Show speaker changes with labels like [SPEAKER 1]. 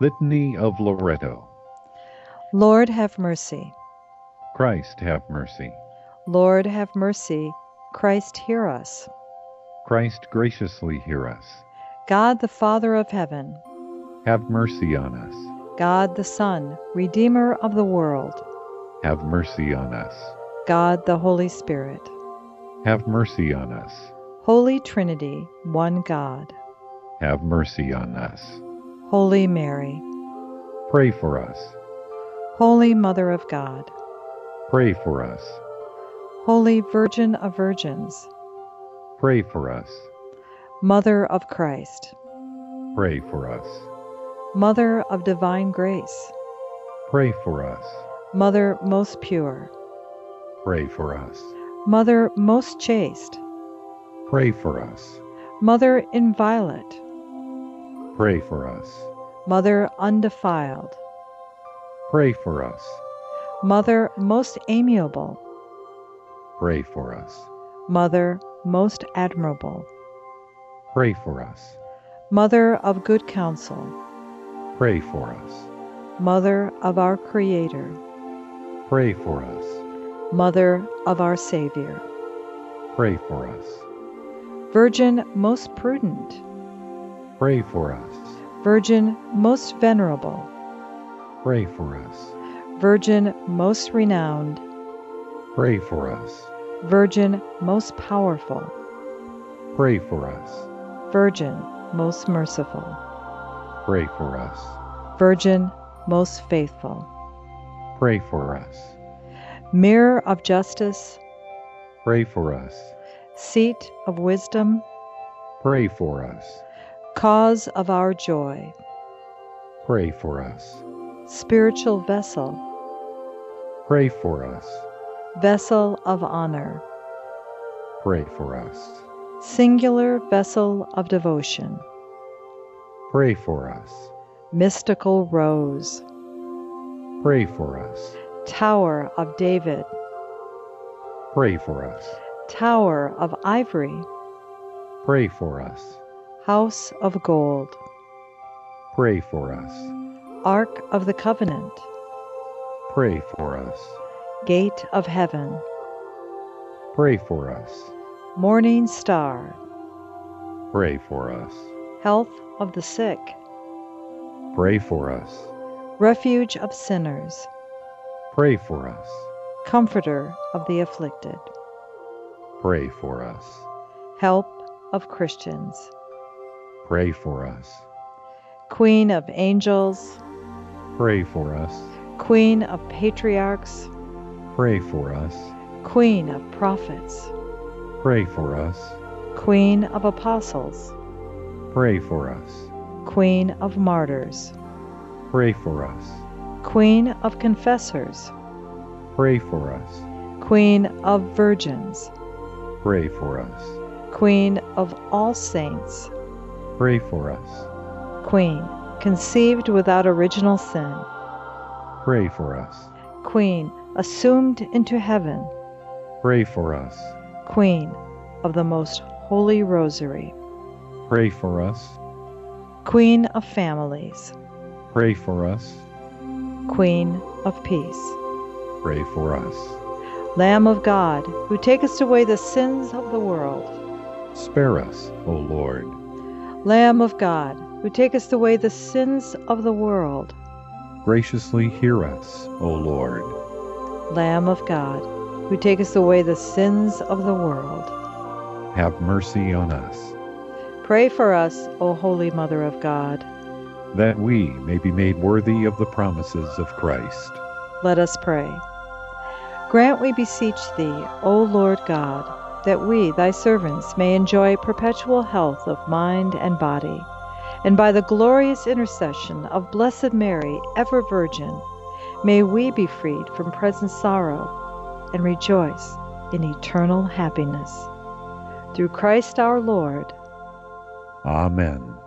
[SPEAKER 1] Litany of Loretto.
[SPEAKER 2] Lord have mercy.
[SPEAKER 1] Christ have mercy.
[SPEAKER 2] Lord have mercy. Christ hear us.
[SPEAKER 1] Christ graciously hear us.
[SPEAKER 2] God the Father of heaven,
[SPEAKER 1] Have mercy on us.
[SPEAKER 2] God the Son, Redeemer of the world,
[SPEAKER 1] Have mercy on us.
[SPEAKER 2] God the Holy Spirit.
[SPEAKER 1] Have mercy on us.
[SPEAKER 2] Holy Trinity, one God.
[SPEAKER 1] Have mercy on us.
[SPEAKER 2] Holy Mary,
[SPEAKER 1] Pray for us.
[SPEAKER 2] Holy Mother of God,
[SPEAKER 1] Pray for us.
[SPEAKER 2] Holy Virgin of Virgins,
[SPEAKER 1] Pray for us.
[SPEAKER 2] Mother of Christ,
[SPEAKER 1] Pray for us.
[SPEAKER 2] Mother of Divine Grace,
[SPEAKER 1] Pray for us.
[SPEAKER 2] Mother most pure,
[SPEAKER 1] Pray for us.
[SPEAKER 2] Mother most chaste,
[SPEAKER 1] Pray for us.
[SPEAKER 2] Mother inviolate,
[SPEAKER 1] Pray for us.
[SPEAKER 2] Mother undefiled,
[SPEAKER 1] Pray for us.
[SPEAKER 2] Mother most amiable,
[SPEAKER 1] Pray for us.
[SPEAKER 2] Mother most admirable,
[SPEAKER 1] Pray for us.
[SPEAKER 2] Mother of good counsel,
[SPEAKER 1] Pray for us.
[SPEAKER 2] Mother of our Creator,
[SPEAKER 1] Pray for us.
[SPEAKER 2] Mother of our Savior,
[SPEAKER 1] Pray for us.
[SPEAKER 2] Virgin most prudent,
[SPEAKER 1] Pray for us.
[SPEAKER 2] Virgin most venerable,
[SPEAKER 1] Pray for us.
[SPEAKER 2] Virgin most renowned,
[SPEAKER 1] Pray for us.
[SPEAKER 2] Virgin most powerful,
[SPEAKER 1] Pray for us.
[SPEAKER 2] Virgin most merciful,
[SPEAKER 1] Pray for us.
[SPEAKER 2] Virgin most faithful,
[SPEAKER 1] Pray for us.
[SPEAKER 2] Mirror of justice,
[SPEAKER 1] Pray for us.
[SPEAKER 2] seat of wisdom,
[SPEAKER 1] Pray for us.
[SPEAKER 2] cause of our joy,
[SPEAKER 1] Pray for us.
[SPEAKER 2] spiritual vessel,
[SPEAKER 1] Pray for us.
[SPEAKER 2] vessel of honor,
[SPEAKER 1] Pray for us.
[SPEAKER 2] singular vessel of devotion,
[SPEAKER 1] Pray for us.
[SPEAKER 2] mystical rose,
[SPEAKER 1] Pray for us.
[SPEAKER 2] tower of David,
[SPEAKER 1] Pray for us.
[SPEAKER 2] tower of ivory,
[SPEAKER 1] Pray for us.
[SPEAKER 2] house of gold.
[SPEAKER 1] Pray for us.
[SPEAKER 2] Ark of the Covenant,
[SPEAKER 1] Pray for us.
[SPEAKER 2] Gate of Heaven,
[SPEAKER 1] Pray for us.
[SPEAKER 2] Morning Star,
[SPEAKER 1] Pray for us.
[SPEAKER 2] Health of the Sick,
[SPEAKER 1] Pray for us.
[SPEAKER 2] Refuge of Sinners,
[SPEAKER 1] Pray for us.
[SPEAKER 2] Comforter of the Afflicted,
[SPEAKER 1] Pray for us.
[SPEAKER 2] Help of Christians,
[SPEAKER 1] Pray for us.
[SPEAKER 2] Queen of Angels,
[SPEAKER 1] Pray for us.
[SPEAKER 2] Queen of Patriarchs,
[SPEAKER 1] Pray for us.
[SPEAKER 2] Queen of Prophets,
[SPEAKER 1] Pray for us.
[SPEAKER 2] Queen of Apostles,
[SPEAKER 1] Pray for us.
[SPEAKER 2] Queen of Martyrs,
[SPEAKER 1] Pray for us.
[SPEAKER 2] Queen of Confessors,
[SPEAKER 1] Pray for us.
[SPEAKER 2] Queen of Virgins,
[SPEAKER 1] Pray for us.
[SPEAKER 2] Queen of All Saints.
[SPEAKER 1] Pray for us.
[SPEAKER 2] Queen, conceived without original sin.
[SPEAKER 1] Pray for us.
[SPEAKER 2] Queen, assumed into heaven.
[SPEAKER 1] Pray for us.
[SPEAKER 2] Queen of the most holy rosary.
[SPEAKER 1] Pray for us.
[SPEAKER 2] Queen of families.
[SPEAKER 1] Pray for us.
[SPEAKER 2] Queen of peace.
[SPEAKER 1] Pray for us.
[SPEAKER 2] Lamb of God, who takest away the sins of the world.
[SPEAKER 1] Spare us, O Lord.
[SPEAKER 2] Lamb of God, who takest away the sins of the world.
[SPEAKER 1] Graciously hear us, O Lord.
[SPEAKER 2] Lamb of God, who takest away the sins of the world.
[SPEAKER 1] Have mercy on us,
[SPEAKER 2] Pray for us, O Holy Mother of God.
[SPEAKER 1] that we may be made worthy of the promises of Christ.
[SPEAKER 2] Let us pray. Grant, we beseech thee, O Lord God, that we, thy servants, may enjoy perpetual health of mind and body, and by the glorious intercession of Blessed Mary, ever Virgin, may we be freed from present sorrow and rejoice in eternal happiness. Through Christ our Lord.
[SPEAKER 1] Amen.